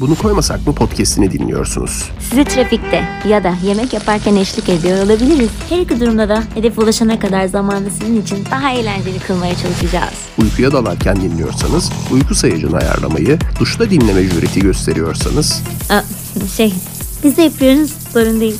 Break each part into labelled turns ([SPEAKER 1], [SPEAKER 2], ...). [SPEAKER 1] Bunu koymasak mı podcastini dinliyorsunuz?
[SPEAKER 2] Sizi trafikte ya da yemek yaparken eşlik ediyor olabiliriz. Her iki durumda da hedefe ulaşana kadar zamanı sizin için daha eğlenceli kılmaya çalışacağız.
[SPEAKER 1] Uykuya dalarken dinliyorsanız uyku sayacını ayarlamayı, duşta dinleme jüreti gösteriyorsanız
[SPEAKER 2] Aa, şey, biz de yapıyoruz, sorun değil.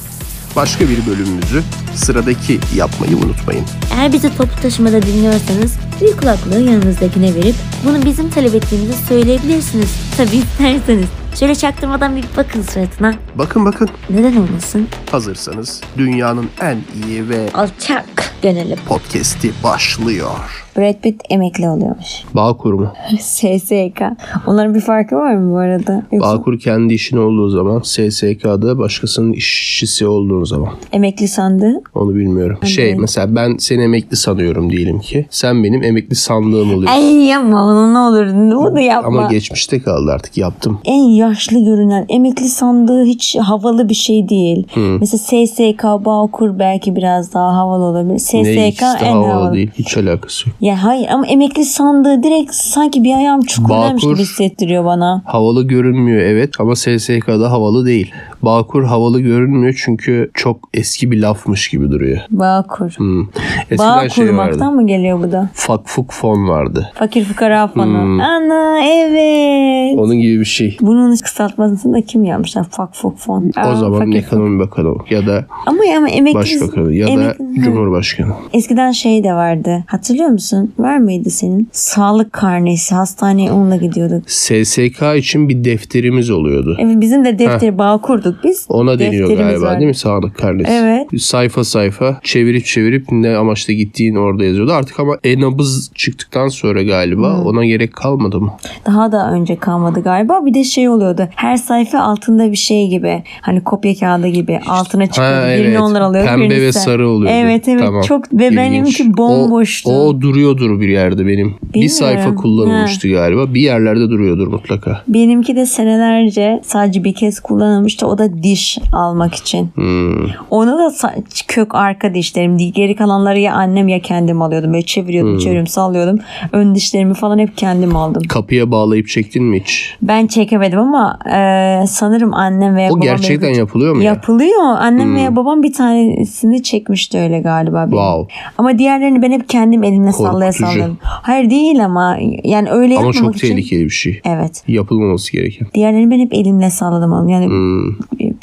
[SPEAKER 1] başka bir bölümümüzü sıradaki yapmayı unutmayın.
[SPEAKER 2] Eğer bizi toplu taşımada dinliyorsanız bir kulaklığı yanınızdakine verip bunu bizim talep ettiğimizi söyleyebilirsiniz. Tabii isterseniz. Şöyle çaktırmadan bir bakın suratına.
[SPEAKER 1] Bakın bakın
[SPEAKER 2] Neden olmasın?
[SPEAKER 1] hazırsanız dünyanın en iyi ve
[SPEAKER 2] Alçak gönüllü.
[SPEAKER 1] podcast'i başlıyor.
[SPEAKER 3] Brad Pitt emekli oluyormuş.
[SPEAKER 1] Bağ kurumu.
[SPEAKER 3] SSK. Onların bir farkı var mı bu arada? Yoksa
[SPEAKER 1] Bağkur kendi işin olduğu zaman, SSK'da başkasının işçisi olduğun zaman.
[SPEAKER 3] emekli sandığı?
[SPEAKER 1] Onu bilmiyorum. Şey mesela ben seni emekli sanıyorum diyelim ki. Sen benim emekli sandığım oluyorsun.
[SPEAKER 3] Ay yapma onu ne olur. Onu da yapma.
[SPEAKER 1] Ama geçmişte kaldı artık yaptım.
[SPEAKER 3] en yaşlı görünen emekli sandığı hiç havalı bir şey değil. Mesela SSK, Bağkur belki biraz daha havalı olabilir.
[SPEAKER 1] ne
[SPEAKER 3] SSK
[SPEAKER 1] ikisi de
[SPEAKER 3] en
[SPEAKER 1] havalı
[SPEAKER 3] havalı.
[SPEAKER 1] değil. Hiç alakası yok.
[SPEAKER 3] Ya hayır ama emekli sandığı direkt sanki bir ayağım çukurdaymış
[SPEAKER 1] Bağkur-
[SPEAKER 3] gibi hissettiriyor bana.
[SPEAKER 1] Havalı görünmüyor evet ama SSK'da havalı değil. Bağkur havalı görünmüyor çünkü çok eski bir lafmış gibi duruyor.
[SPEAKER 3] Bağkur.
[SPEAKER 1] Hmm. Eskiden
[SPEAKER 3] Bağ
[SPEAKER 1] şey vardı.
[SPEAKER 3] kurmaktan mı geliyor bu da?
[SPEAKER 1] Fak fuk fon vardı.
[SPEAKER 3] Fakir fukara fanı. Ana evet.
[SPEAKER 1] Onun gibi bir şey.
[SPEAKER 3] Bunun kısaltmasını da kim yapmışlar? Fak fuk fon.
[SPEAKER 1] O
[SPEAKER 3] Aa,
[SPEAKER 1] zaman
[SPEAKER 3] fakir-
[SPEAKER 1] ekonomi bakanı ya da
[SPEAKER 3] Ama ya ama emekli...
[SPEAKER 1] başbakanı ya da
[SPEAKER 3] emekli- Hı.
[SPEAKER 1] cumhurbaşkanı.
[SPEAKER 3] Eskiden şey de vardı. Hatırlıyor musun? Var mıydı senin? Sağlık karnesi. Hastaneye onunla gidiyorduk.
[SPEAKER 1] SSK için bir defterimiz oluyordu.
[SPEAKER 3] Evet bizim de defter bağ kurduk biz.
[SPEAKER 1] Ona deniyor
[SPEAKER 3] Defterimiz
[SPEAKER 1] galiba
[SPEAKER 3] vardı.
[SPEAKER 1] değil mi? Sağlık karnesi.
[SPEAKER 3] Evet.
[SPEAKER 1] Sayfa sayfa çevirip çevirip ne amaçla gittiğin orada yazıyordu. Artık ama e-nabız çıktıktan sonra galiba ona gerek kalmadı mı?
[SPEAKER 3] Daha da önce kalmadı galiba. Bir de şey oluyordu. Her sayfa altında bir şey gibi. Hani kopya kağıdı gibi. Altına çıkıyordu.
[SPEAKER 1] Ha,
[SPEAKER 3] birini
[SPEAKER 1] evet.
[SPEAKER 3] onlar alıyor.
[SPEAKER 1] Pembe
[SPEAKER 3] birini
[SPEAKER 1] ve
[SPEAKER 3] sen.
[SPEAKER 1] sarı oluyordu.
[SPEAKER 3] Evet evet.
[SPEAKER 1] Tamam.
[SPEAKER 3] Çok ve benimki
[SPEAKER 1] İlginç.
[SPEAKER 3] bomboştu.
[SPEAKER 1] O, o duruyordur bir yerde benim. Bir sayfa
[SPEAKER 3] Bilmiyorum.
[SPEAKER 1] kullanılmıştı galiba. Bir yerlerde duruyordur mutlaka.
[SPEAKER 3] Benimki de senelerce sadece bir kez kullanılmıştı. O da diş almak için.
[SPEAKER 1] Hmm.
[SPEAKER 3] Ona da sa- kök arka dişlerim. Geri kalanları ya annem ya kendim alıyordum. Böyle
[SPEAKER 1] Hmm.
[SPEAKER 3] çeviriyordum, çeviriyorum, sallıyordum. Ön dişlerimi falan hep kendim aldım.
[SPEAKER 1] Kapıya bağlayıp çektin mi hiç?
[SPEAKER 3] Ben çekemedim ama e, sanırım annem veya
[SPEAKER 1] O
[SPEAKER 3] babam...
[SPEAKER 1] gerçekten
[SPEAKER 3] benim-
[SPEAKER 1] yapılıyor mu ya? Hmm.
[SPEAKER 3] Yapılıyor. Annem veya babam bir tanesini çekmişti öyle galiba. benim.
[SPEAKER 1] Wow.
[SPEAKER 3] Ama diğerlerini ben hep kendim elimle sallaya
[SPEAKER 1] Korkutucu.
[SPEAKER 3] salladım. Hayır değil ama yani
[SPEAKER 1] Ama
[SPEAKER 3] öyle yapmamak
[SPEAKER 1] çok
[SPEAKER 3] için...
[SPEAKER 1] tehlikeli bir şey.
[SPEAKER 3] Evet.
[SPEAKER 1] Yapılmaması gereken.
[SPEAKER 3] Diğerlerini ben hep elimle salladım aldım. Yani e,
[SPEAKER 1] Hmm.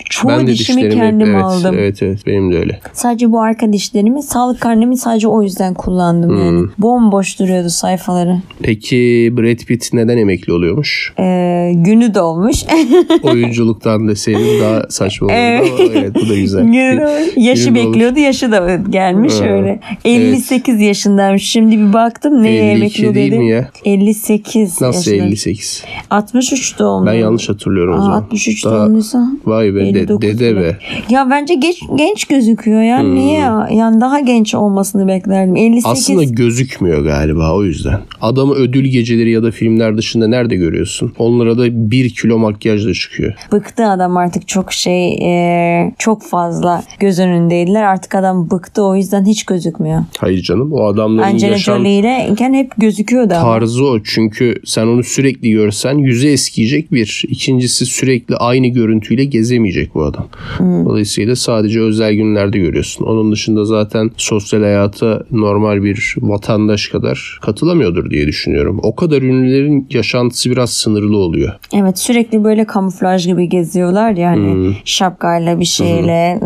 [SPEAKER 3] çoğu
[SPEAKER 1] ben de
[SPEAKER 3] dişimi
[SPEAKER 1] dişlerimi
[SPEAKER 3] kendim
[SPEAKER 1] evet,
[SPEAKER 3] aldım.
[SPEAKER 1] Evet evet benim de öyle.
[SPEAKER 3] Sadece bu arka dişlerimi sağlık karnemi sadece o yüzden kullandım
[SPEAKER 1] Hmm.
[SPEAKER 3] yani. Bomboş duruyordu sayfaları.
[SPEAKER 1] Peki Brad Pitt neden emekli oluyormuş?
[SPEAKER 3] Ee, günü dolmuş.
[SPEAKER 1] Oyunculuktan deseydin daha saçma olurdu ama evet bu da güzel.
[SPEAKER 3] günü dolmuş. Yaşı
[SPEAKER 1] Günü dolmuş.
[SPEAKER 3] bekliyordu. Yaşı da gelmiş
[SPEAKER 1] Ha,
[SPEAKER 3] öyle. 58 yaşındaymış. Şimdi bir baktım neye
[SPEAKER 1] 52
[SPEAKER 3] emekli
[SPEAKER 1] değil mi
[SPEAKER 3] dedi.
[SPEAKER 1] ya?
[SPEAKER 3] 58
[SPEAKER 1] Nasıl
[SPEAKER 3] yaşında.
[SPEAKER 1] 58?
[SPEAKER 3] 63 doğumlu.
[SPEAKER 1] Ben yanlış hatırlıyorum o
[SPEAKER 3] Aa,
[SPEAKER 1] zaman.
[SPEAKER 3] 63
[SPEAKER 1] Daha-
[SPEAKER 3] doğumluysa.
[SPEAKER 1] Vay be de-
[SPEAKER 3] 59
[SPEAKER 1] dede
[SPEAKER 3] falan.
[SPEAKER 1] be.
[SPEAKER 3] Ya bence geç, genç gözüküyor ya. Niye? ya? Yani daha genç olmasını beklerdim. 58
[SPEAKER 1] Hmm. Aslında gözükmüyor galiba o yüzden. Adamı ödül geceleri ya da filmler dışında nerede görüyorsun? Onlara da bir kilo makyajla çıkıyor.
[SPEAKER 3] Bıktı adam artık çok şey e, çok fazla göz önündeydiler. Artık adam bıktı o yüzden hiç gözükmüyor.
[SPEAKER 1] Hayır canım o adamların
[SPEAKER 3] Angelina
[SPEAKER 1] yaşam
[SPEAKER 3] Jolie ile iken hep gözüküyordu ama.
[SPEAKER 1] tarzı o. Çünkü sen onu sürekli görsen yüzü eskiyecek bir. İkincisi sürekli aynı görüntüyle gezemeyecek bu adam. Dolayısıyla sadece özel günlerde görüyorsun. Onun dışında zaten sosyal hayata normal bir vatandaş kadar katılamıyordur diye düşünüyorum. O kadar ünlülerin yaşantısı biraz sınırlı oluyor.
[SPEAKER 3] Evet sürekli böyle kamuflaj gibi geziyorlar yani
[SPEAKER 1] Hmm.
[SPEAKER 3] şapkayla bir şeyle.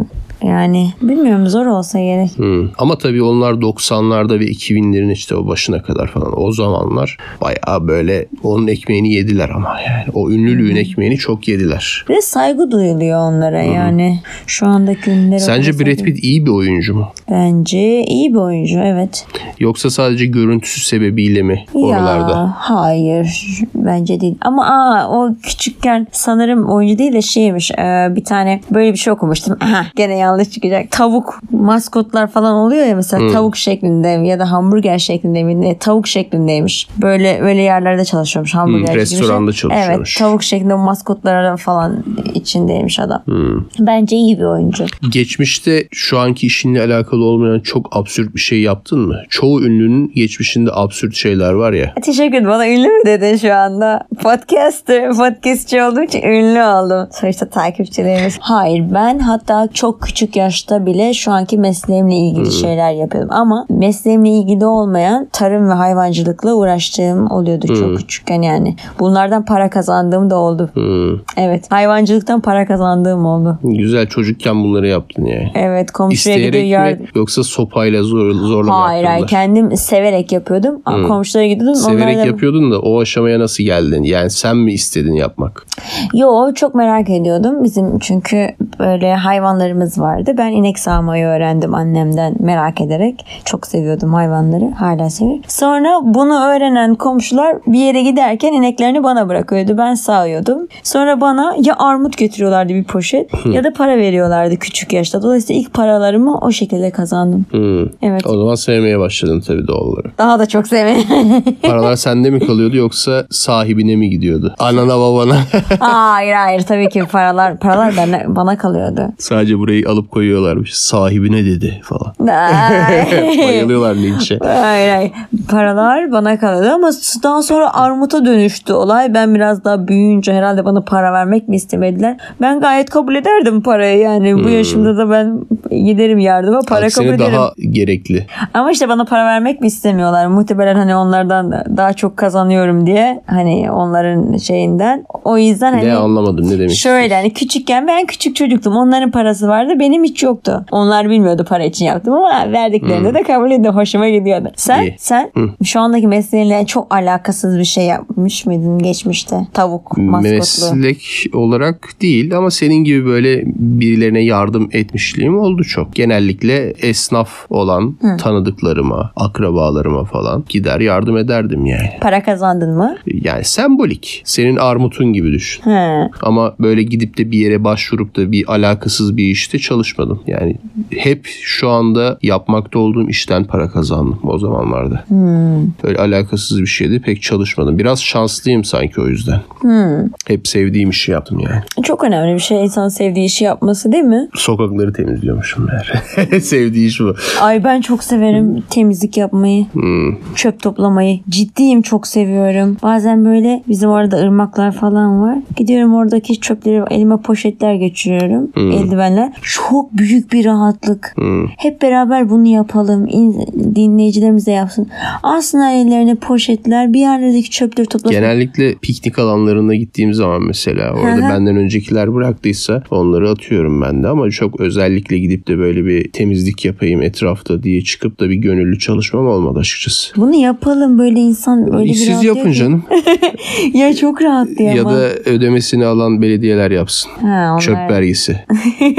[SPEAKER 3] Yani bilmiyorum zor olsa gerek.
[SPEAKER 1] Hı. Hmm. Ama tabii onlar 90'larda ve 2000'lerin işte o başına kadar falan o zamanlar bayağı böyle onun ekmeğini yediler ama yani o ünlülüğün ekmeğini çok yediler.
[SPEAKER 3] Ve saygı duyuluyor onlara yani. Şu andaki ünlüler
[SPEAKER 1] Sence
[SPEAKER 3] olmasa
[SPEAKER 1] Brad
[SPEAKER 3] da-
[SPEAKER 1] Pitt iyi bir oyuncu mu?
[SPEAKER 3] Bence iyi bir oyuncu evet.
[SPEAKER 1] Yoksa sadece görüntüsü sebebiyle mi oralarda?
[SPEAKER 3] Ya hayır bence değil. Ama aa, o küçükken sanırım oyuncu değil de şeymiş e, bir tane böyle bir şey okumuştum. Aha, gene yanlış çıkacak. Tavuk maskotlar falan oluyor ya mesela
[SPEAKER 1] Hmm.
[SPEAKER 3] tavuk şeklinde ya da hamburger şeklinde mi ne tavuk şeklindeymiş. Böyle böyle yerlerde çalışıyormuş hamburger
[SPEAKER 1] Hmm,
[SPEAKER 3] şey.
[SPEAKER 1] restoranda çalışıyormuş.
[SPEAKER 3] Evet tavuk şeklinde maskotlar falan içindeymiş adam.
[SPEAKER 1] Hmm.
[SPEAKER 3] Bence iyi bir oyuncu.
[SPEAKER 1] Geçmişte şu anki işinle alakalı olmayan çok absürt bir şey yaptın mı? Çoğu ünlünün geçmişinde absürt şeyler var ya.
[SPEAKER 3] Teşekkür ederim. Bana ünlü mü dedin şu anda? Podcaster, podcastçi olduğum için ünlü oldum. Sonuçta takipçilerimiz. Hayır ben hatta çok küçük yaşta bile şu anki mesleğimle ilgili şeyler yapıyordum. Ama mesleğimle ilgili olmayan tarım ve hayvancılıkla uğraştığım oluyordu çok küçükken yani. Bunlardan para kazandığım da oldu.
[SPEAKER 1] Hmm,
[SPEAKER 3] Evet hayvancılıktan para kazandığım oldu.
[SPEAKER 1] Güzel çocukken bunları yaptın yani.
[SPEAKER 3] Evet komşuya
[SPEAKER 1] İsteyerek
[SPEAKER 3] gidiyor
[SPEAKER 1] mi
[SPEAKER 3] yardım.
[SPEAKER 1] yoksa sopayla zor, zorla mı
[SPEAKER 3] Hayır hayır
[SPEAKER 1] yaptın da?
[SPEAKER 3] kendim severek yapıyordum. Komşulara gidiyordum.
[SPEAKER 1] Severek
[SPEAKER 3] onlardan-
[SPEAKER 1] yapıyordun da o aşamaya nasıl geldin? Yani sen mi istedin yapmak?
[SPEAKER 3] Yo çok merak ediyordum. Bizim çünkü böyle hayvanlarımız vardı. Ben inek sağmayı öğrendim annemden merak ederek. Çok seviyordum hayvanları. Hala seviyorum. Sonra bunu öğrenen komşular bir yere giderken ineklerini bana bırakıyordu. Ben sağıyordum. Sonra bana ya armut götürüyorlardı bir poşet ya da para veriyorlardı küçük yaşta. Dolayısıyla ilk paralarımı o şekilde kazandım.
[SPEAKER 1] Hmm.
[SPEAKER 3] Evet.
[SPEAKER 1] O zaman sevmeye başladın tabii doğal olarak.
[SPEAKER 3] Daha da çok sevmedim.
[SPEAKER 1] Paralar sende mi kalıyordu yoksa sahibine mi gidiyordu? Anana babana
[SPEAKER 3] hayır hayır tabii ki paralar paralar bana, bana kalıyordu.
[SPEAKER 1] sadece burayı alıp koyuyorlarmış. Sahibine dedi falan. Bayılıyorlar linçe.
[SPEAKER 3] Hayır hayır. Paralar bana kaldı ama daha sonra armuta dönüştü olay. Ben biraz daha büyüyünce herhalde bana para vermek mi istemediler? Ben gayet kabul ederdim parayı yani. Bu yaşımda da ben giderim yardıma para kabul
[SPEAKER 1] Hmm. Aksine
[SPEAKER 3] ederim.
[SPEAKER 1] daha gerekli.
[SPEAKER 3] Ama işte bana para vermek mi istemiyorlar? Muhtemelen hani onlardan da daha çok kazanıyorum diye hani onların şeyinden. O yüzden hani
[SPEAKER 1] Ne anlamadım ne demek.
[SPEAKER 3] Şöyle hani küçükken ben küçük çocuktum. Onların parası vardı. Benim hiç yoktu. Onlar bilmiyordu para için yaptım ama verdiklerinde de kabul etti. Hoşuma gidiyordu. Sen
[SPEAKER 1] İyi.
[SPEAKER 3] sen şu andaki mesleğinle çok alakasız bir şey yapmış mıydın geçmişte? Tavuk maskotlu.
[SPEAKER 1] Meslek olarak değil ama senin gibi böyle birilerine yardım etmişliğim oldu çok. Genellikle esnaf olan tanıdıklarıma, akrabalarıma falan gider yardım ederdim yani.
[SPEAKER 3] Para kazandın mı?
[SPEAKER 1] Yani sembolik. Senin armutun gibi düşün.
[SPEAKER 3] He.
[SPEAKER 1] Ama böyle gidip de bir yere başvurup da bir alakasız bir işte çalışmadım. Yani hep şu anda yapmakta olduğum işten para kazandım o zamanlarda. Böyle alakasız bir şeyde pek çalışmadım. Biraz şanslıyım sanki o yüzden. Hep sevdiğim işi yaptım yani.
[SPEAKER 3] Çok önemli bir şey insan sevdiği işi yapması değil mi?
[SPEAKER 1] Sokakları temizliyormuşum meğer. Sevdiği iş bu.
[SPEAKER 3] Ay ben çok severim temizlik yapmayı.
[SPEAKER 1] Hmm.
[SPEAKER 3] Çöp toplamayı. Ciddiyim çok seviyorum. Bazen böyle bizim orada ırmaklar falan var. Gidiyorum oradaki çöpleri elime poşetler geçiriyorum.
[SPEAKER 1] Hmm.
[SPEAKER 3] Eldivenler. Çok büyük bir rahatlık. Hep beraber bunu yapalım. İn- Dinleyicilerimiz de yapsın. Aslında ellerine poşetler bir yerlerdeki çöpleri toplasın.
[SPEAKER 1] Genellikle piknik alanlarına gittiğim zaman mesela orada
[SPEAKER 3] Hı hı.
[SPEAKER 1] benden öncekiler bıraktıysa onları atıyorum ben de ama çok özellikle gidip de böyle bir temizlik yapayım etrafta diye çıkıp da bir gönüllü çalışmam olmadı açıkçası.
[SPEAKER 3] Bunu yapalım böyle insan öyle bir
[SPEAKER 1] Siz
[SPEAKER 3] rahatlıyor
[SPEAKER 1] yapın
[SPEAKER 3] ki.
[SPEAKER 1] canım
[SPEAKER 3] Ya çok rahatlıyor
[SPEAKER 1] ya
[SPEAKER 3] ama.
[SPEAKER 1] da ödemesini alan belediyeler yapsın.
[SPEAKER 3] Ha, onlar-
[SPEAKER 1] Çöp vergisi.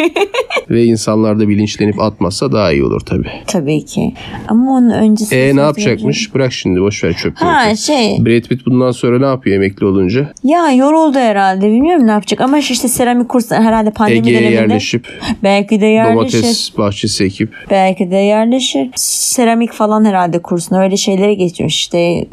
[SPEAKER 1] Ve insanlar da bilinçlenip atmazsa daha iyi olur tabii.
[SPEAKER 3] Tabii ki. Ama onun öncesi.
[SPEAKER 1] E ne yapacakmış? Bırak şimdi boş ver çöp.
[SPEAKER 3] Ha
[SPEAKER 1] möpü.
[SPEAKER 3] şey
[SPEAKER 1] Brad Pitt bundan sonra ne yapıyor emekli olunca?
[SPEAKER 3] ya yoruldu herhalde bilmiyorum ne yapacak ama işte seramik kursları herhalde pandemi
[SPEAKER 1] Ege'ye
[SPEAKER 3] döneminde
[SPEAKER 1] yerleşip
[SPEAKER 3] belki de yerleşir
[SPEAKER 1] domates bahçesi ekip
[SPEAKER 3] belki de yerleşir seramik falan herhalde kursuna öyle şeylere geçmiş işte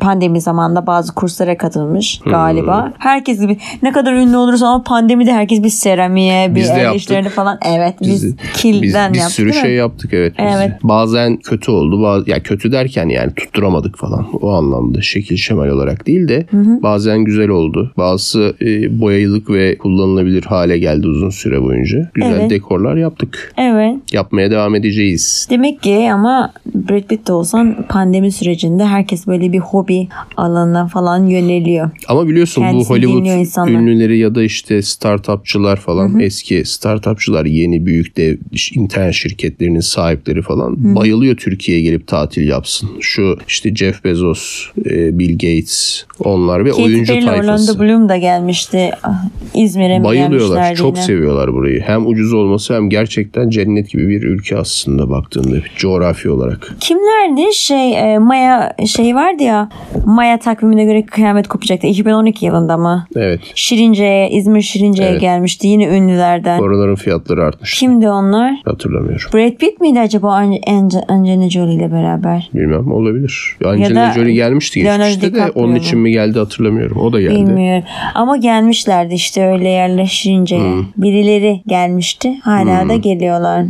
[SPEAKER 3] pandemi zamanında bazı kurslara katılmış
[SPEAKER 1] Hmm.
[SPEAKER 3] galiba. Herkes gibi ne kadar ünlü olursa ama pandemide herkes bir seramiğe, bir
[SPEAKER 1] Biz de
[SPEAKER 3] el
[SPEAKER 1] yaptık.
[SPEAKER 3] işlerine falan. Evet biz,
[SPEAKER 1] Biz- biz
[SPEAKER 3] kilden
[SPEAKER 1] bir
[SPEAKER 3] yaptık.
[SPEAKER 1] sürü
[SPEAKER 3] değil mi?
[SPEAKER 1] şey yaptık evet. biz de.
[SPEAKER 3] Evet.
[SPEAKER 1] Bazen kötü oldu. Baz, ya kötü derken yani tutturamadık falan. O anlamda şekil şemal olarak değil de bazen güzel oldu. Bazısı e, boyayılık ve kullanılabilir hale geldi uzun süre boyunca. Güzel
[SPEAKER 3] Evet.
[SPEAKER 1] dekorlar yaptık.
[SPEAKER 3] Evet.
[SPEAKER 1] Yapmaya devam edeceğiz.
[SPEAKER 3] Demek ki ama Brad Pitt de olsan pandemi sürecinde herkes böyle bir hobi alanına falan yöneliyor.
[SPEAKER 1] Ama biliyorsun bu
[SPEAKER 3] Kendisini dinliyor
[SPEAKER 1] Hollywood
[SPEAKER 3] insanlar.
[SPEAKER 1] ünlüleri ya da işte startupçılar falan eski startupçılar yeni büyük dev ş- internet şirketlerinin sahipleri falan bayılıyor Türkiye'ye gelip tatil yapsın. Şu işte Jeff Bezos, e, Bill Gates onlar ve
[SPEAKER 3] Katy
[SPEAKER 1] oyuncu
[SPEAKER 3] Perry ile
[SPEAKER 1] tayfası.
[SPEAKER 3] Orlando Bloom da gelmişti. Ah, İzmir'e mi
[SPEAKER 1] Bayılıyorlar.
[SPEAKER 3] gelmişlerdi
[SPEAKER 1] Çok
[SPEAKER 3] yine?
[SPEAKER 1] seviyorlar burayı. Hem ucuz olması hem gerçekten cennet gibi bir ülke aslında baktığında coğrafi olarak.
[SPEAKER 3] Kimlerdi? Şey e, Maya şey vardı ya. Maya takvimine göre kıyamet kopacaktı. 2012 yılında mı?
[SPEAKER 1] Evet.
[SPEAKER 3] Şirince'ye, İzmir Şirince'ye
[SPEAKER 1] Evet.
[SPEAKER 3] gelmişti yine ünlülerden.
[SPEAKER 1] Oraların fiyatları artmış.
[SPEAKER 3] Kimdi onlar?
[SPEAKER 1] Hatırlamıyorum.
[SPEAKER 3] Brad Pitt miydi acaba An- An- Angelina Jolie ile beraber?
[SPEAKER 1] Bilmem olabilir. Angelina
[SPEAKER 3] da
[SPEAKER 1] Jolie gelmişti
[SPEAKER 3] Leonardo
[SPEAKER 1] geçmişte de
[SPEAKER 3] DiCaprio
[SPEAKER 1] onun için
[SPEAKER 3] mu?
[SPEAKER 1] mi geldi hatırlamıyorum. O da geldi.
[SPEAKER 3] Bilmiyorum. Ama gelmişlerdi işte öyle yerleşince. Birileri gelmişti. Hala da geliyorlar.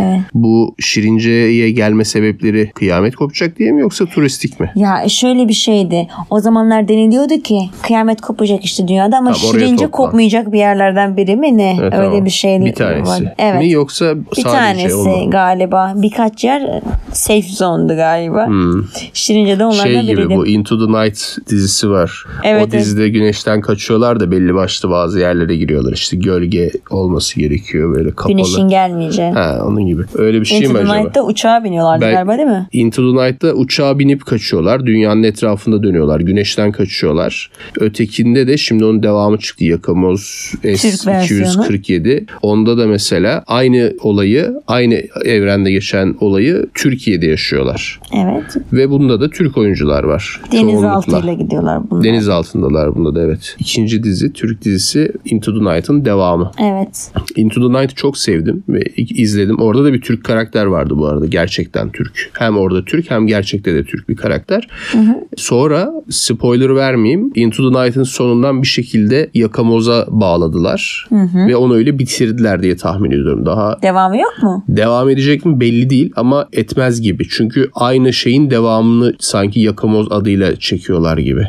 [SPEAKER 3] Evet.
[SPEAKER 1] Bu Şirince'ye gelme sebepleri kıyamet kopacak diye mi yoksa turistik mi?
[SPEAKER 3] Ya e, şöyle bir şeydi. O zamanlar deniliyordu ki kıyamet kopacak işte dünyada ama
[SPEAKER 1] Tamam, oraya
[SPEAKER 3] Şirince
[SPEAKER 1] toplan.
[SPEAKER 3] kopmayacak bir yerlerden biri mi ne?
[SPEAKER 1] Evet,
[SPEAKER 3] öyle
[SPEAKER 1] tamam.
[SPEAKER 3] bir şeydi.
[SPEAKER 1] Bir tanesi.
[SPEAKER 3] Evet.
[SPEAKER 1] Mi yoksa
[SPEAKER 3] Bir
[SPEAKER 1] sadece
[SPEAKER 3] tanesi
[SPEAKER 1] o mu?
[SPEAKER 3] galiba. Birkaç yer e, safe zone'du galiba. Şirince'de onlardan
[SPEAKER 1] Hmm. Şey gibi
[SPEAKER 3] biriydi.
[SPEAKER 1] bu Into the Night dizisi var.
[SPEAKER 3] Evet,
[SPEAKER 1] o dizide güneşten kaçıyorlar da belli başlı bazı yerlere giriyorlar. İşte gölge olması gerekiyor böyle kapalı.
[SPEAKER 3] Güneşin gelmeyeceği.
[SPEAKER 1] Ha, onun gibi. Öyle bir şey
[SPEAKER 3] Into
[SPEAKER 1] mi
[SPEAKER 3] the
[SPEAKER 1] acaba?
[SPEAKER 3] Night'ta uçağa biniyorlardı
[SPEAKER 1] Ben-
[SPEAKER 3] galiba değil mi?
[SPEAKER 1] Into the Night'ta uçağa binip kaçıyorlar. Dünyanın etrafında dönüyorlar. Güneşten kaçıyorlar. Ötekinde de şimdi onun devamı çıktı. Yakamoz
[SPEAKER 3] Türk versiyonu.
[SPEAKER 1] S-247. Onda da mesela aynı olayı, aynı evrende geçen olayı Türkiye'de yaşıyorlar.
[SPEAKER 3] Evet.
[SPEAKER 1] Ve bunda da Türk oyuncular var. çoğunlukla.
[SPEAKER 3] Denizaltıyla gidiyorlar bunlar.
[SPEAKER 1] Deniz altındalar bunda da evet. İkinci dizi Türk dizisi Into the Night'ın devamı.
[SPEAKER 3] Evet.
[SPEAKER 1] Into the Night'ı çok sevdim ve izledim. Orada da bir Türk karakter vardı bu arada. Gerçekten Türk. Hem orada Türk hem gerçekte de Türk bir karakter. Sonra spoiler vermeyeyim. Into the Night'ın sonundan bir şekilde Yakamoz'a bağladılar. Ve onu öyle bitirdiler diye tahmin ediyorum. Daha
[SPEAKER 3] Devamı yok mu?
[SPEAKER 1] devam edecek mi belli değil ama etmez gibi. Çünkü aynı şeyin devamını sanki Yakamoz adıyla çekiyorlar gibi.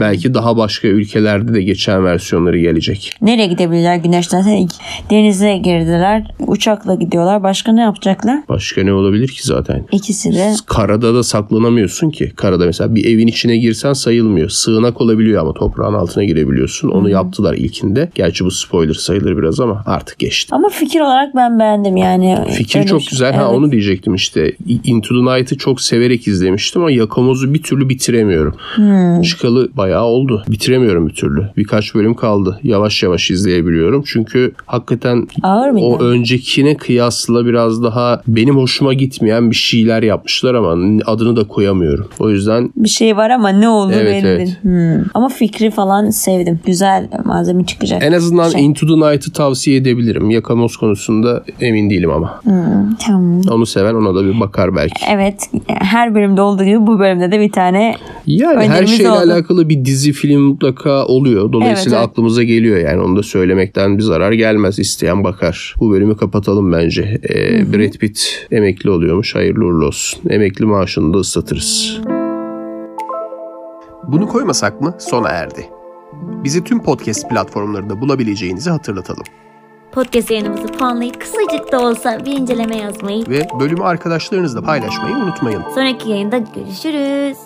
[SPEAKER 1] Belki daha başka ülkelerde de geçen versiyonları gelecek.
[SPEAKER 3] Nereye gidebilirler güneşten? Sen- Denize girdiler. Uçakla gidiyorlar. Başka ne yapacaklar?
[SPEAKER 1] Başka ne olabilir ki zaten?
[SPEAKER 3] İkisi de.
[SPEAKER 1] Karada da saklanamıyorsun ki. Karada mesela bir evin içine girsen sayılmıyor. Sığınak olabiliyor ama toprağın altına girebiliyorsun. Onu yaptılar ilkinde. Gerçi bu spoiler sayılır biraz ama artık geçti.
[SPEAKER 3] Ama fikir olarak ben beğendim yani.
[SPEAKER 1] Fikir
[SPEAKER 3] Öyle
[SPEAKER 1] çok
[SPEAKER 3] şey-
[SPEAKER 1] güzel. Ha
[SPEAKER 3] Evet.
[SPEAKER 1] onu diyecektim işte. Into the Night'ı çok severek izlemiştim ama Yakamoz'u bir türlü bitiremiyorum. Çıkalı bayağı oldu. Bitiremiyorum bir türlü. Birkaç bölüm kaldı. Yavaş yavaş izleyebiliyorum. Çünkü hakikaten
[SPEAKER 3] Ağır mıydı?
[SPEAKER 1] o öncekine kıyasla biraz daha benim hoşuma gitmeyen bir şeyler yapmışlar ama adını da koyamıyorum. O yüzden
[SPEAKER 3] bir şey var ama ne oldu
[SPEAKER 1] Evet,
[SPEAKER 3] belli
[SPEAKER 1] evet.
[SPEAKER 3] değil. Hmm. Ama fikri falan sevdim. Güzel malzeme çıkacak.
[SPEAKER 1] en azından
[SPEAKER 3] Şey.
[SPEAKER 1] Into the Night'ı tavsiye edebilirim. Yakamoz konusunda emin değilim ama.
[SPEAKER 3] Hmm, tamam.
[SPEAKER 1] Onu seven ona da bir bakar belki.
[SPEAKER 3] Evet her bölümde olduğu gibi bu bölümde de bir tane
[SPEAKER 1] Yani her
[SPEAKER 3] Önerimiz
[SPEAKER 1] şeyle
[SPEAKER 3] oldu.
[SPEAKER 1] alakalı bir dizi film mutlaka oluyor. Dolayısıyla
[SPEAKER 3] Evet, evet.
[SPEAKER 1] aklımıza geliyor yani. Onu da söylemekten bir zarar gelmez. İsteyen bakar. Bu bölümü kapatalım bence. Ee, Brad Pitt emekli oluyormuş. Hayırlı uğurlu olsun. Emekli maaşını da ıslatırız. Bunu koymasak mı sona erdi. Bizi tüm podcast platformlarında bulabileceğinizi hatırlatalım.
[SPEAKER 2] Podcast yayınımızı puanlayıp kısacık da olsa bir inceleme yazmayı.
[SPEAKER 1] Ve bölümü arkadaşlarınızla paylaşmayı unutmayın.
[SPEAKER 2] Sonraki yayında görüşürüz.